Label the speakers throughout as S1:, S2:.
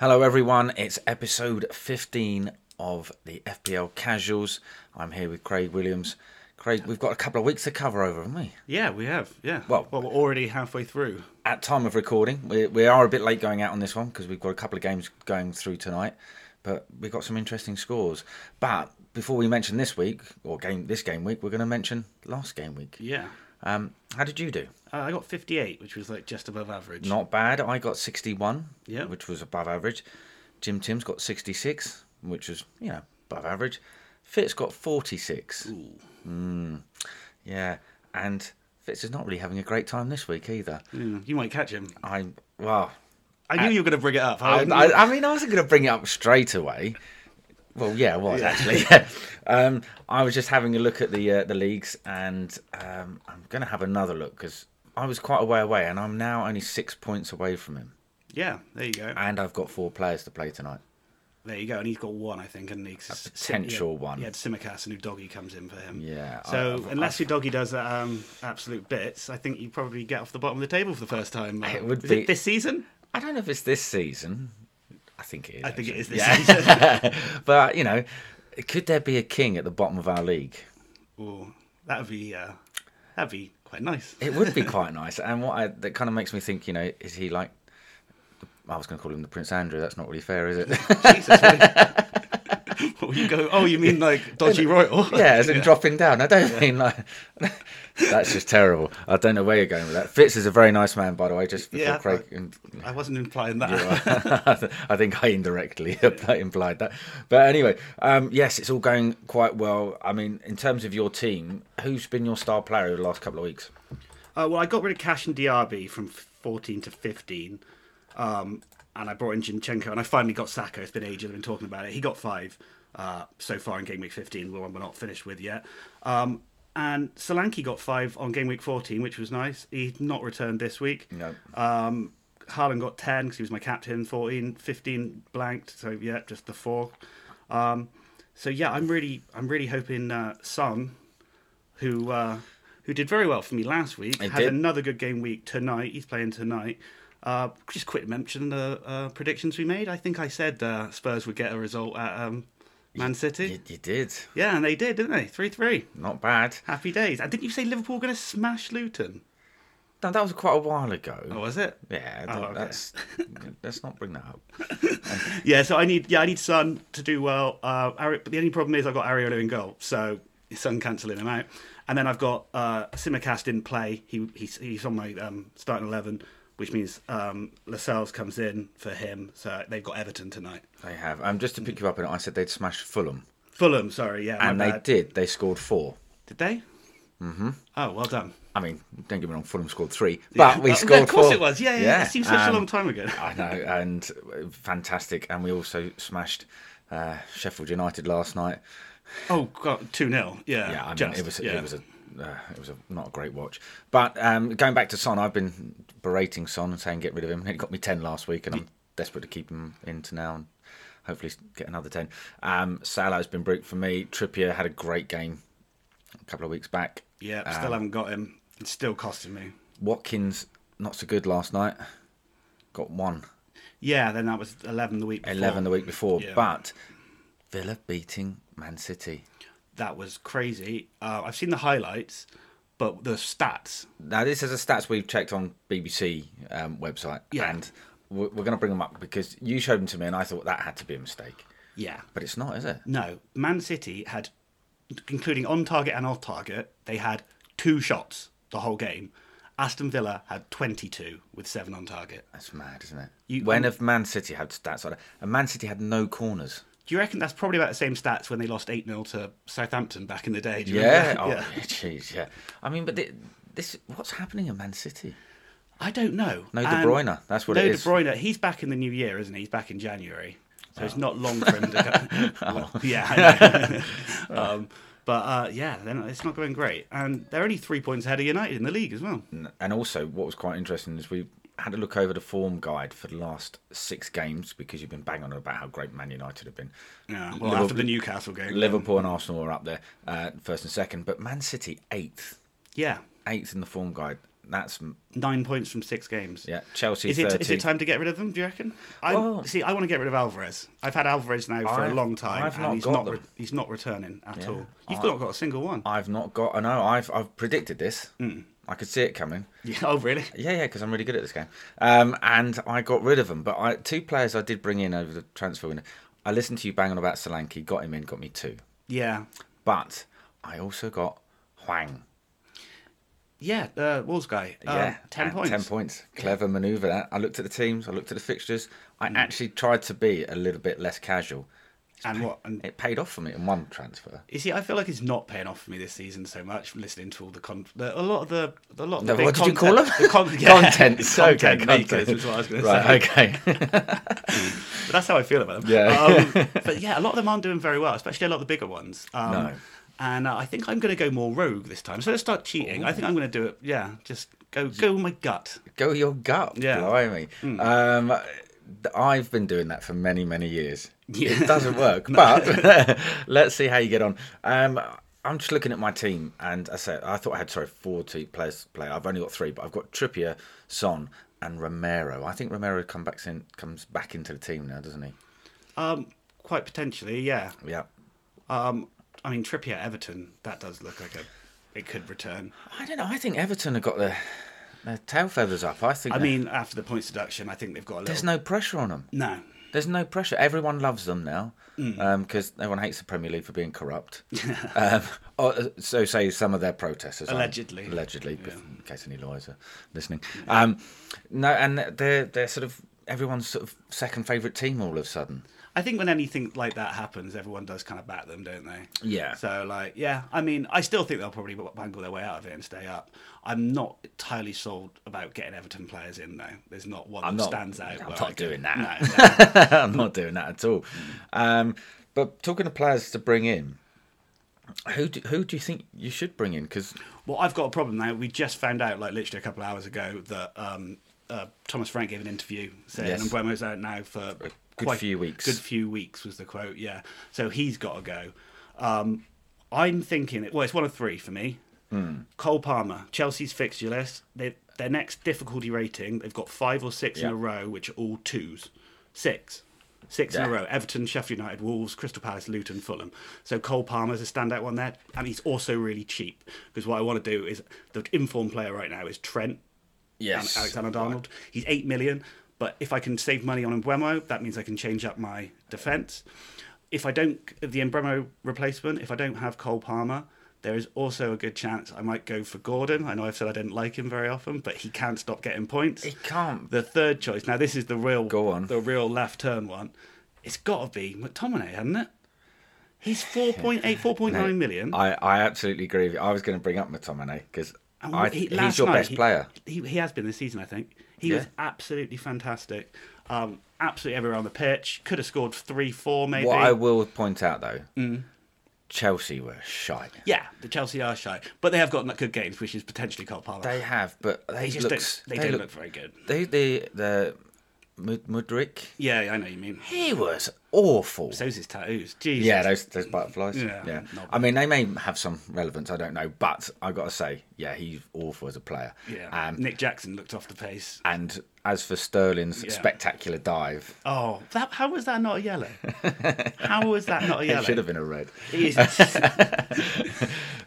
S1: Hello, everyone. It's episode 15 of the FPL Casuals. I'm here with Craig Williams. Craig, we've got a couple of weeks to cover over, haven't we?
S2: Yeah, we have. Yeah.
S1: Well-
S2: Well, we're already halfway through.
S1: At time of recording, we, we are a bit late going out on this one because we've got a couple of games going through tonight, but we've got some interesting scores. But before we mention this week or game this game week, we're going to mention last game week.
S2: Yeah.
S1: Um, how did you do?
S2: Uh, I got 58, which was like just above average.
S1: Not bad. I got 61,
S2: Yeah.
S1: which was above average. Jim Tim's got 66, which was, you know, above average. Fitz got 46.
S2: Ooh.
S1: Yeah, and Fitz is not really having a great time this week either.
S2: Mm, you might catch him.
S1: I'm well.
S2: I knew you were going to bring it up.
S1: I,
S2: I,
S1: I, I mean, I wasn't going to bring it up straight away. Well, yeah, I was actually. Yeah. Um, I was just having a look at the uh, the leagues, and um, I'm going to have another look because I was quite a way away, and I'm now only six points away from him,
S2: yeah, there you go.
S1: and I've got four players to play tonight.
S2: There you go. And he's got one, I think, and he's a
S1: potential one.
S2: He had Simicast, and Udoggy comes in for him.
S1: Yeah, I-
S2: So
S1: I've-
S2: unless Udoggy does um, absolute bits, I think you probably get off the bottom of the table for the first time. uh,
S1: It would
S2: is
S1: be-
S2: this season.
S1: I don't know if it's this season. I think it is.
S2: I think it
S1: actually.
S2: is this
S1: Yeah.
S2: season.
S1: but you know, could there be a king at the bottom of our league?
S2: Ooh, that'd be uh, that'd be quite nice.
S1: It would be quite nice. And what I, that kind of makes me think, you know, is he like? I was going to call him the Prince Andrew. That's not really fair, is it?
S2: Jesus. what- Well, you go. Oh, you mean like dodgy royal?
S1: yeah, as in dropping down. I don't mean like. That's just terrible. I don't know where you're going with that. Fitz is a very nice man, by the way. Just before
S2: Yeah, I-
S1: Craig. and-
S2: I wasn't implying that.
S1: I think I indirectly implied that. But anyway, um, yes, it's all going quite well. I mean, in terms of your team, who's been your star player over the last couple of weeks?
S2: Uh, well, I got rid of Cash and DRB from 14 to 15, um, and I brought in Jinchenko, and I finally got Sacco. It's been ages. I've been talking about it. He got five uh, so far in game week 15, the one we're not finished with yet. Um, and Solanke got five on game week 14, which was nice. He's not returned this week.
S1: No.
S2: Um, Haaland got 10 because he was my captain, 14, 15 blanked. So, yeah, just the four. Um, so, yeah, I'm really I'm really hoping uh, Son, who uh, who did very well for me last week,
S1: He
S2: has
S1: did.
S2: another good game week tonight. He's playing tonight. Uh, just quick mention the uh, predictions we made. I think I said uh, Spurs would get a result at um, Man
S1: You,
S2: City.
S1: you did.
S2: Yeah, and they did, didn't they? 3 3.
S1: Not bad.
S2: Happy days. And didn't you say Liverpool were going to smash Luton?
S1: No, that was quite a while ago.
S2: Or was it?
S1: Yeah,
S2: Oh,
S1: th-
S2: okay.
S1: that's let's not bring that up.
S2: Yeah, so I need yeah I need Sun to do well. Uh, Ari- but the only problem is I've got Ariola in goal, so Sun cancelling him out. And then I've got uh, Simicast didn't play. He he's, he's on my um, starting eleven, which means um, Lascelles comes in for him. So they've got Everton tonight.
S1: They have. Um, just to pick you up on it, I said they'd smash Fulham,
S2: Fulham, sorry, yeah,
S1: and
S2: my
S1: they
S2: bad.
S1: did. They scored four.
S2: did they? Mm-hmm. Oh, well done.
S1: I mean, don't get me wrong, Fulham scored three,
S2: Yeah.
S1: but we
S2: Oh,
S1: scored
S2: Of course
S1: four.
S2: it was. Yeah, yeah. It seems such
S1: um,
S2: a long time ago.
S1: I know, and uh, fantastic. And we also smashed uh, Sheffield United last night.
S2: Oh God, two 0 Yeah,
S1: Yeah, I mean,
S2: just,
S1: it was
S2: yeah.
S1: it was a uh, it was a, not a great watch. But um, going back to Son, I've been berating Son and saying get rid of him. He got me ten last week, and I'm desperate to keep him in to now and hopefully get another ten. Um, Salah's been brute for me. Trippier had a great game a couple of weeks back.
S2: yeah.
S1: Um,
S2: Still haven't got him. It's still costing me.
S1: Watkins not so good last night. Got one.
S2: Yeah, then that was eleven the week. Before.
S1: 11 the week before,
S2: Yeah.
S1: but Villa beating Man City.
S2: that was crazy. Uh, I've seen the highlights, but the stats.
S1: Now, this is the stats we've checked on BBC um, website,
S2: Yeah.
S1: and we're, we're going to bring them up because you showed them to me, and I thought that had to be a mistake.
S2: Yeah.
S1: But it's not, is it?
S2: No, Man City had, including on target and off target, they had two shots the whole game. Aston Villa had 22 with seven on target.
S1: That's mad, isn't it?
S2: You- um,
S1: when have Man City had stats like that? And Man City had no corners.
S2: Do you reckon that's probably about the same stats when they lost 8 0 to Southampton back in the day? Do you
S1: Yeah.
S2: remember?
S1: Oh, jeez, yeah. I mean, but thi- this, what's happening in Man City?
S2: I don't know.
S1: No De
S2: And-
S1: Bruyne, that's what
S2: no
S1: it is.
S2: De Bruyne, he's back in the new year, isn't he? He's back in January. So
S1: Oh.
S2: it's not long for him to go. Well, Yeah. I know. um, but uh, yeah, then it's not going great. And they're only three points ahead of United in the league as well.
S1: N- And also, what was quite interesting is we had a look over the form guide for the last six games because you've been banging on about how great Man United have been.
S2: Yeah. Well, after the Newcastle game.
S1: Liverpool and Arsenal are up there, uh, first and second, but Man City eighth,
S2: Yeah.
S1: eighth in the form guide. That's
S2: Nine points from six games.
S1: yeah. Chelsea
S2: Is it,
S1: thirty.
S2: is it time to get rid of them? Do you reckon? I
S1: Well-
S2: see. I want to get rid of Alvarez. I've had Alvarez now for
S1: I've-
S2: a long time,
S1: I've
S2: and
S1: not
S2: he's
S1: got
S2: not
S1: them.
S2: re- he's not returning at
S1: Yeah. Oh.
S2: all. You've
S1: I-
S2: not got a single one.
S1: I've not got. I know. I've I've predicted this.
S2: Mm.
S1: I could see it coming.
S2: yeah, oh really?
S1: Yeah, yeah, because I'm really good at this game. Um, and I got rid of them, but I, two players I did bring in over the transfer window. I listened to you bang on about Solanke, got him in, got me two.
S2: Yeah,
S1: But I also got Huang.
S2: yeah. Uh, Wolves guy. Um,
S1: yeah,
S2: ten
S1: and
S2: points.
S1: Ten points. Clever manoeuvre. That I looked at the teams. I looked at the fixtures.
S2: Mm.
S1: I actually tried to be a little bit less casual.
S2: And what? And
S1: It paid off for me in one transfer.
S2: You see, I feel like it's not paying off for me this season so much. from Listening to all the con, the, a lot of the, a lot of the
S1: No,
S2: big
S1: what did you
S2: content-
S1: call them?
S2: The con- yeah,
S1: Content.
S2: the content
S1: okay,
S2: makers
S1: content.
S2: was what I was going to say.
S1: right, okay.
S2: But that's how I feel about them.
S1: Yeah.
S2: Um, but yeah, a lot of them aren't doing very well, especially a lot of the bigger ones. Um,
S1: No.
S2: And uh, I think I'm going to go more rogue this time. So let's start cheating. I think I'm going to do it. Yeah, just go go with my gut.
S1: Go with your gut.
S2: Yeah. Hmm.
S1: Blimey. Um, th- I've been doing that for many, many years.
S2: Yeah.
S1: It doesn't work, but let's see how you get on. Um, I'm just looking at my team, and I said I thought I had sorry four te- players to play. I've only got three, but I've got Trippier, Son, and Romero. I think Romero come back in, comes back into the team now, doesn't he?
S2: Um, quite potentially, yeah.
S1: Yeah.
S2: Um, I mean Trippier Everton. That does look like a it could return.
S1: I don't know. I think Everton have got their their tail feathers up. I think.
S2: I
S1: that-
S2: mean, after the points deduction, I think they've got a
S1: there's
S2: little.
S1: no pressure on them.
S2: No.
S1: There's no pressure. Everyone loves them now because everyone hates the Premier League for being corrupt. um, or, so say some of their protesters. aren't-
S2: Allegedly.
S1: Allegedly, bef- in case any lawyers are listening. Um, no, and they're they're sort of everyone's sort of second favourite team all of a sudden.
S2: I think when anything like that happens, everyone does kind of back them, don't they?
S1: Yeah.
S2: So like, yeah, I mean, I still think they'll probably wangle their way out of it and stay up. I'm not entirely sold about getting Everton players in though. There's not one that
S1: not-
S2: stands out.
S1: I'm
S2: where
S1: not
S2: I go,
S1: doing that.
S2: No, no.
S1: I'm not doing that at all. Um, but talking of players to bring in, who do, who do you think you should bring in? Because
S2: well, I've got a problem now. We just found out, like literally a couple of hours ago, that um, uh, Thomas Frank gave an interview saying
S1: Yes.
S2: yes. Mbuemo's out now for
S1: good few weeks.
S2: Good few weeks was the quote. Yeah. So he's got to go. Um, I'm thinking. Well, it's one of three for me.
S1: Hmm.
S2: Cole Palmer, Chelsea's fixture list. They, their next difficulty rating, they've got five or six in
S1: Yeah.
S2: a row, which are all twos. Six. Six in
S1: Yeah.
S2: a row. Everton, Sheffield United, Wolves, Crystal Palace, Luton, Fulham. So Cole Palmer's a standout one there. And he's also really cheap. Because what I want to do is the informed player right now is Trent
S1: yes,
S2: Alexander Donald. He's eight million, but if I can save money on Embuemo, that means I can change up my defence. If I don't the Embuemo replacement, if I don't have Cole Palmer, there is also a good chance I might go for Gordon. I know I've said I didn't like him very often, but he can't stop getting points.
S1: he can't.
S2: The third choice. Now this is the real
S1: Go on.
S2: the real left turn one. It's got to be McTominay, hasn't it? He's 4.8, 4.9 million.
S1: I, I absolutely agree with you. I was going to bring up McTominay because
S2: And what- he- last
S1: he's your
S2: night,
S1: best
S2: he-
S1: player.
S2: He, he has been this season, I think. He was
S1: Yeah.
S2: absolutely fantastic. Um, absolutely everywhere on the pitch. Could have scored three, four, maybe.
S1: What I will point out though,
S2: Mm.
S1: Chelsea were shite.
S2: Yeah, the Chelsea are shy, but they have got good games, which is potentially Cole Palmer.
S1: They have, but they,
S2: They just
S1: looks,
S2: don't. They, don't look, very good.
S1: They the the Mud- Mudrik.
S2: Yeah, I know what you mean.
S1: He was awful.
S2: So's his tattoos. Jesus.
S1: yeah, those those butterflies.
S2: Yeah,
S1: Yeah,
S2: not
S1: I mean, they may have some relevance. I don't know, but I got to say, yeah, he's awful as a player.
S2: Yeah.
S1: Um,
S2: Nick Jackson looked off the pace.
S1: and as for Sterling's
S2: Yeah.
S1: spectacular dive,
S2: Oh, that, how was that not a yellow? how was that not a
S1: it should
S2: yellow?
S1: have been a red.
S2: He is-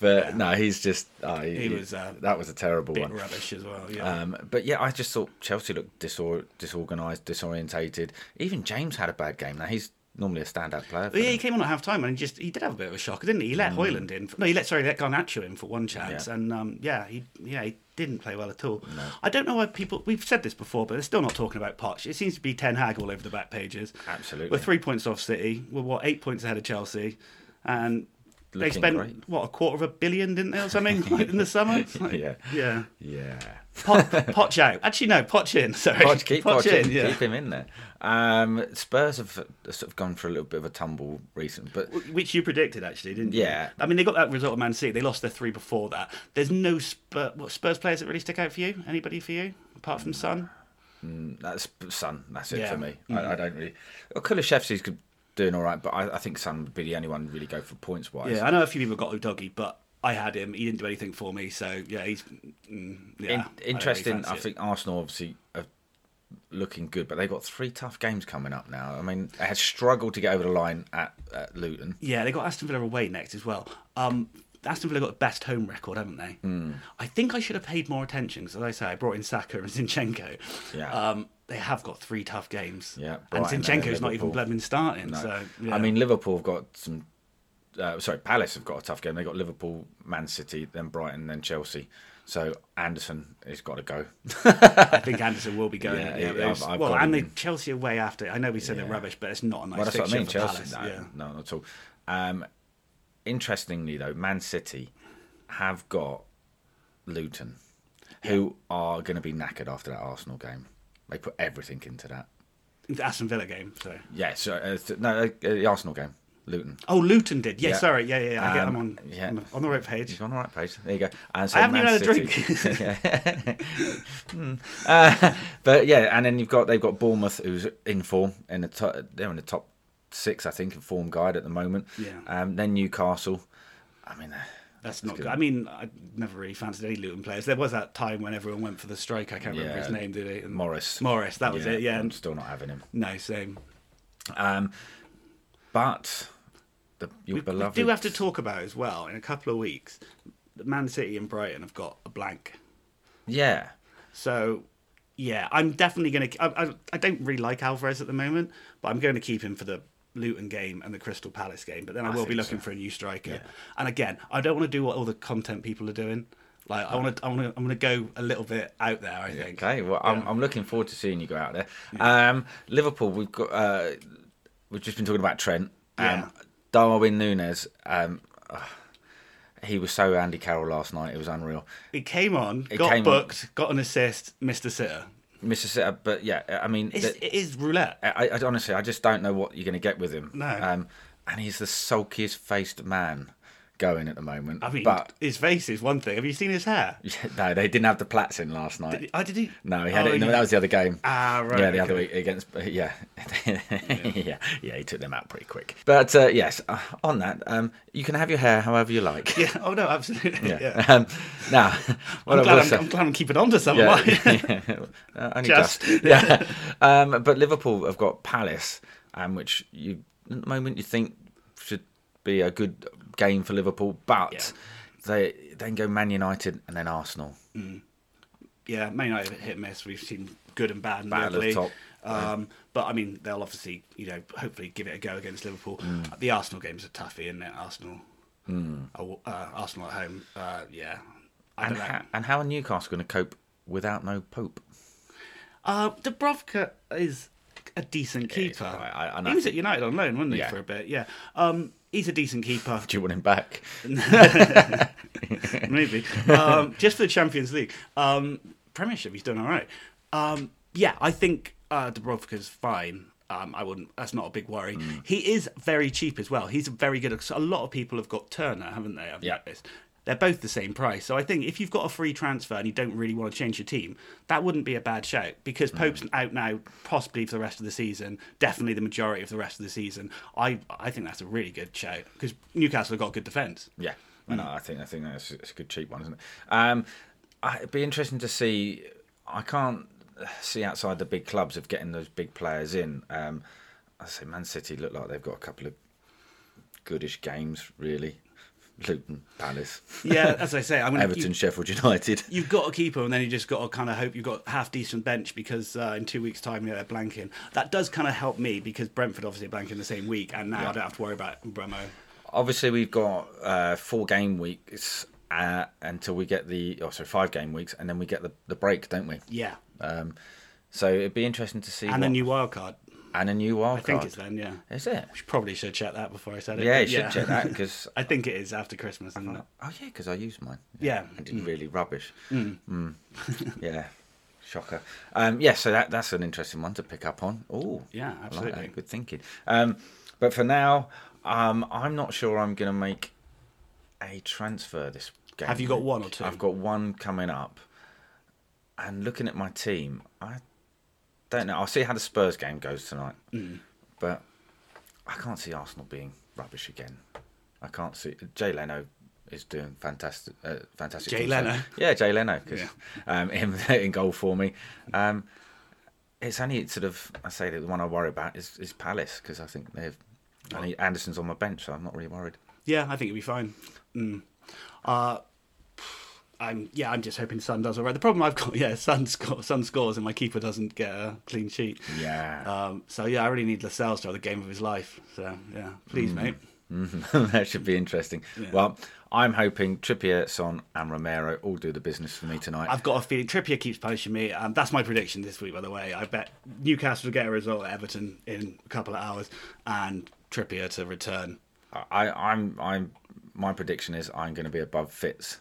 S1: But no, he's just. Oh,
S2: He was, uh,
S1: that was a terrible one.
S2: rubbish as well. Yeah.
S1: Um, but yeah, I just thought Chelsea looked disor- disorganised, disorientated. Even James had a bad game. Now he's normally a standout player. for
S2: But yeah,
S1: them.
S2: he came on at half time and he just he did have a bit of a shocker, didn't he? He let Hoyland in. For, no, he let sorry, he let Garnacho in for one chance,
S1: Mm. Yeah.
S2: and um, yeah, he yeah he didn't play well at all. I don't know why people we've said this before, but they're still not talking about Poch. It seems to be Ten Hag all over the back pages.
S1: Absolutely.
S2: we're three points off City. We're what eight points ahead of Chelsea, and they
S1: Looking
S2: spent
S1: great.
S2: what a quarter of a billion, didn't they, or something like, in the summer? It's like,
S1: Yeah.
S2: yeah.
S1: yeah.
S2: Pot, Poch out. Actually, no, Poch in. Sorry,
S1: Poch, keep Poch, in,
S2: yeah.
S1: keep him in there. Um, Spurs have sort of gone for a little bit of a tumble recently, but
S2: which you predicted actually, didn't you?
S1: Yeah.
S2: I mean, they got that result of Man City. They lost their three before that. There's no Spurs, what, Spurs players that really stick out for you. Anybody for you apart from Son?
S1: that's Sun. That's it
S2: Yeah. Mm.
S1: for me. I, I don't really. Well, Kulishevsky's good- doing all right, but I, I think Sun would be the only one really go for points wise.
S2: Yeah, I know a few people got Udogi, but I had him. He didn't do anything for me. So yeah, he's mm, yeah. I
S1: In-
S2: don't really
S1: interesting. I
S2: fancy it.
S1: think Arsenal obviously are looking good, but they've got three tough games coming up now. I mean, they had struggled to get over the line at, at Luton.
S2: Yeah, they got Aston Villa away next as well. Um, Aston Villa got the best home record, haven't they? I think I should have paid more attention because, as I say, I brought in Saka and Zinchenko.
S1: Yeah.
S2: Um, they have got three tough games.
S1: Yeah,
S2: And
S1: Brighton and
S2: Zinchenko's not even
S1: Liverpool.
S2: blooming starting.
S1: No.
S2: So yeah.
S1: I mean, Liverpool have got some. Uh, sorry, Palace have got a tough game. They got Liverpool, Man City, then Brighton, then Chelsea. So Anderson has got to go.
S2: I think Anderson will be going.
S1: Yeah,
S2: Yeah,
S1: yeah,
S2: those-
S1: I've- I've
S2: well,
S1: got
S2: and
S1: him
S2: they
S1: in.
S2: Chelsea away after. I know we said
S1: Yeah.
S2: they're rubbish, but it's not a nice
S1: Well, that's what I
S2: fixture
S1: mean.
S2: for
S1: Chelsea,
S2: Palace.
S1: no,
S2: yeah.
S1: no, not at all. Um, interestingly, though, Man City have got Luton, who are going to be knackered after that Arsenal game. They put everything into that.
S2: The Aston Villa game. Sorry.
S1: Yeah, so uh, th- no, uh, the Arsenal game, Luton.
S2: Oh, Luton did. Yeah,
S1: Yeah.
S2: sorry. Yeah, yeah, yeah. I get,
S1: Um,
S2: I'm on,
S1: yeah.
S2: on the- on the right page.
S1: He's on the right page. There you go. And so
S2: I haven't
S1: Man
S2: even had a
S1: City- Yeah. Hmm. Uh, but yeah, and then you've got they've got Bournemouth, who's in form, in the top, they're in the top six, I think, in form guide at the moment.
S2: Yeah.
S1: Um, then Newcastle. I mean, uh,
S2: That's not
S1: good.
S2: good. I mean, I never really fancied any Luton players. There was that time when everyone went for the strike. I can't remember
S1: Yeah.
S2: his name, did it? And-
S1: Morris.
S2: Morris, that was it, yeah.
S1: I'm still not having him.
S2: No, same.
S1: Um, but the your
S2: We, we
S1: beloved.
S2: do have to talk about as well in a couple of weeks. that Man City and Brighton have got a blank.
S1: Yeah.
S2: So, yeah, I'm definitely going to. I, I, I don't really like Alvarez at the moment, but I'm going to keep him for the Luton game and the Crystal Palace game. But then I, will be
S1: think
S2: looking for a new striker. And again, I don't want to do what all the content people are doing. Like I want to, I want to, I'm going to go a little bit out there. I think.
S1: Okay. Well, I'm, I'm looking forward to seeing you go out there. Um, Liverpool. We've got. Uh, we've just been talking about Trent. Um,
S2: Yeah.
S1: Darwin Nunes. Um, ah, he was so Andy Carroll last night. It was unreal.
S2: He came on, got
S1: came on.
S2: booked, got an assist, missed a sitter.
S1: Mr. Sitter, but yeah, I mean,
S2: It's,
S1: the-
S2: it is roulette.
S1: I, I honestly, I just don't know what you're going to get with him.
S2: No.
S1: Um, and he's the sulkiest faced man going at the moment.
S2: I mean,
S1: but
S2: his face is one thing. Have you seen his hair?
S1: Yeah, no, they didn't have the plats in last night.
S2: I did he?
S1: No, he had
S2: Oh,
S1: it. No,
S2: you-
S1: that was the other game.
S2: Ah, right,
S1: Yeah, the other
S2: okay.
S1: week against. Yeah. yeah, yeah, He took them out pretty quick. But uh, yes, uh, on that, um, you can have your hair however you like.
S2: Yeah. Oh no, absolutely. Yeah.
S1: Um, now, what
S2: I'm,
S1: I
S2: glad
S1: will
S2: I'm,
S1: say-
S2: I'm glad I'm keeping on to something.
S1: yeah,
S2: right?
S1: Uh, only
S2: Just.
S1: just. Yeah. Um, but Liverpool have got Palace, um, which you at the moment you think should be a good game for Liverpool, but
S2: Yeah.
S1: they then go Man United and then Arsenal.
S2: yeah, Man United hit and miss. We've seen good and bad in the
S1: Battle of
S2: league.
S1: top.
S2: Um, but I mean, they'll obviously, you know, hopefully give it a go against Liverpool.
S1: Hmm.
S2: The Arsenal game's a toughie, isn't it? Arsenal, Oh, uh, Arsenal at home. Uh, yeah, I
S1: And,
S2: don't know.
S1: ho- and how are Newcastle going to cope without no Pope?
S2: Uh, Dubrovka is a decent keeper.
S1: alright, I- I know.
S2: he was at United on loan, wasn't he,
S1: Yeah.
S2: for a bit? Yeah. Um, he's a decent keeper,
S1: Do you want him back?
S2: maybe. Um, just for the Champions League. Um, Premiership, he's done all right. Um, yeah, I think uh, Dubrovka's fine. Um, I wouldn't. That's not a big worry.
S1: Mm.
S2: He is very cheap as well. He's very good. A lot of people have got Turner, haven't they? I've
S1: Yeah.
S2: noticed. They're both the same price. So I think if you've got a free transfer and you don't really want to change your team, that wouldn't be a bad shout because
S1: Mm.
S2: Pope's out now, possibly for the rest of the season, definitely the majority of the rest of the season. I I think that's a really good shout because Newcastle have got a good defence.
S1: Yeah,
S2: Hmm.
S1: I know. I think I think that's it's a good cheap one, isn't it? Um, I, it'd be interesting to see. I can't see outside the big clubs of getting those big players in. Um, I say Man City look like they've got a couple of goodish games, really. Luton, Palace,
S2: Yeah, as I say, I'm going
S1: Everton, Sheffield United.
S2: you've got to keep them, and then you just got to kind of hope you've got a half decent bench because uh, in two weeks' time, yeah, they're blanking. That does kind of help me because Brentford obviously are blanking the same week, and now I don't have to worry about Bremo.
S1: Obviously, we've got uh, four game weeks uh, until we get the, oh, sorry, five game weeks, and then we get the, the break, don't we?
S2: Yeah,
S1: Um, so it'd be interesting to see.
S2: and
S1: what-
S2: the new wild card.
S1: and a new wild
S2: I think
S1: card.
S2: it's then. Yeah,
S1: Is it?
S2: we probably should check that before I said it.
S1: Yeah, you
S2: but
S1: should check that because
S2: I think it is after Christmas. Isn't it?
S1: Oh yeah, because I used mine.
S2: Yeah.
S1: and it's really rubbish. Mm. yeah, shocker. Um, yeah, so that that's an interesting one to pick up on. Oh,
S2: Yeah, absolutely.
S1: Good thinking. Um, but for now, um, I'm not sure I'm going to make a transfer this game.
S2: Have you got
S1: week.
S2: one or two?
S1: I've got one coming up. And looking at my team, I don't know. I'll see how the Spurs game goes tonight.
S2: Mm.
S1: But I can't see Arsenal being rubbish again. I can't see Jay Leno is doing fantastic. Uh, fantastic.
S2: Jay
S1: things.
S2: Leno.
S1: Yeah, Jay Leno. 'cause,
S2: Yeah.
S1: um, him in goal for me. Um, it's only sort of I say that the one I worry about is, is Palace because I think they've. I need Anderson's on my bench, so I'm not really worried.
S2: Yeah, I think it'll be fine. Mm. Uh, I'm yeah, I'm just hoping Sun does all right. The problem I've got, yeah, Sun, sco- Sun scores and my keeper doesn't get a clean sheet.
S1: Yeah.
S2: Um, so yeah, I really need Lascelles to have the game of his life. So yeah, please, mate.
S1: Mhm. that should be interesting.
S2: Yeah.
S1: Well, I'm hoping Trippier, Son, and Romero all do the business for me tonight.
S2: I've got a feeling Trippier keeps punishing me, and that's my prediction this week. By the way, I bet Newcastle will get a result at Everton in a couple of hours, and Trippier to return.
S1: I, I'm, I'm. My prediction is I'm going to be above Fitz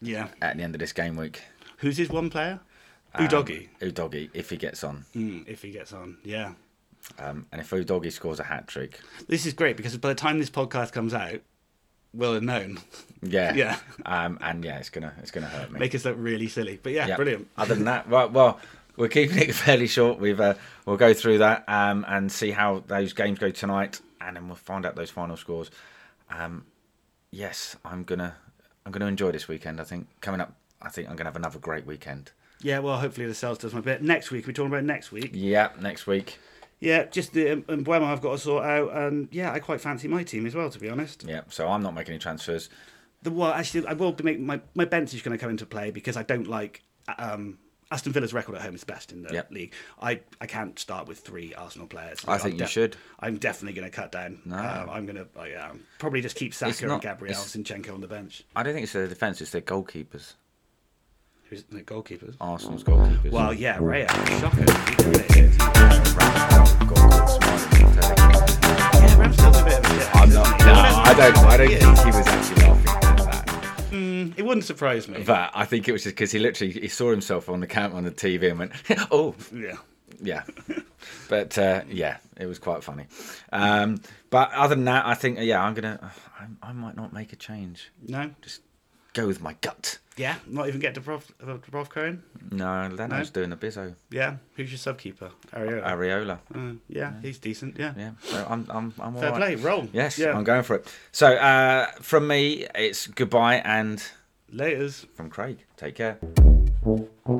S2: Yeah,
S1: at the end of this game week.
S2: who's his one player? Udogi,
S1: Udogi, if he gets on,
S2: mm, if he gets on. Yeah,
S1: um, and if Udogi scores a hat trick,
S2: this is great because by the time this podcast comes out, we'll have known.
S1: yeah,
S2: Yeah.
S1: um, and yeah, it's gonna, it's gonna hurt me.
S2: Make us look really silly. But yeah,
S1: Yeah.
S2: brilliant.
S1: Other than that, well, well, we're keeping it fairly short. We've uh, we'll go through that um, and see how those games go tonight, and then we'll find out those final scores. Um, yes, I'm gonna I'm gonna enjoy this weekend. I think coming up, I think I'm gonna have another great weekend.
S2: Yeah, well, hopefully the sales does my bit. Next week, are we talking about next week?
S1: Yeah, next week.
S2: Yeah, just the um, Embuemo I've got to sort out, and yeah, I quite fancy my team as well, to be honest.
S1: Yeah, so I'm not making any transfers.
S2: The well, actually, I will be making my my bench is going to come into play because I don't like um, Aston Villa's record at home is best in the
S1: Yep.
S2: league. I I can't start with three Arsenal players.
S1: I think
S2: I'm
S1: you should.
S2: I'm definitely going to cut down.
S1: No.
S2: Um, I'm going to oh, yeah, I'm probably just keep Saka and
S1: not-
S2: Gabriel
S1: it's-
S2: Sinchenko on the bench.
S1: I don't think it's their defence; it's their goalkeepers.
S2: Who's the goalkeepers?
S1: Arsenal's goalkeepers.
S2: Well, yeah, Raya. Shocker. He committed.
S1: Ramsdale got smart.
S2: Yeah, Ramsdale's a bit of a shit.
S1: I'm not. No, I don't. I don't
S2: Yeah.
S1: think he was actually laughing at that.
S2: It wouldn't surprise me.
S1: But I think it was just because he literally he saw himself on the camp on the TV and went, "Oh,
S2: yeah.
S1: yeah." but uh, yeah, it was quite funny. Um, but other than that, I think yeah, I'm gonna I, I might not make a change.
S2: No.
S1: Just go with my gut.
S2: Yeah. Not even get Dubrovko uh, Dubrovko in.
S1: No, Leno's doing a bizzo.
S2: Yeah. Who's your subkeeper? Ariola.
S1: Areola.
S2: Uh, yeah, he's decent. Yeah.
S1: Yeah, so I'm I'm I'm all
S2: Fair
S1: right.
S2: play. Roll.
S1: Yes,
S2: Yeah.
S1: I'm going for it. So uh, from me, it's goodbye, and
S2: Laters.
S1: from Craig, take care.
S3: Thank you.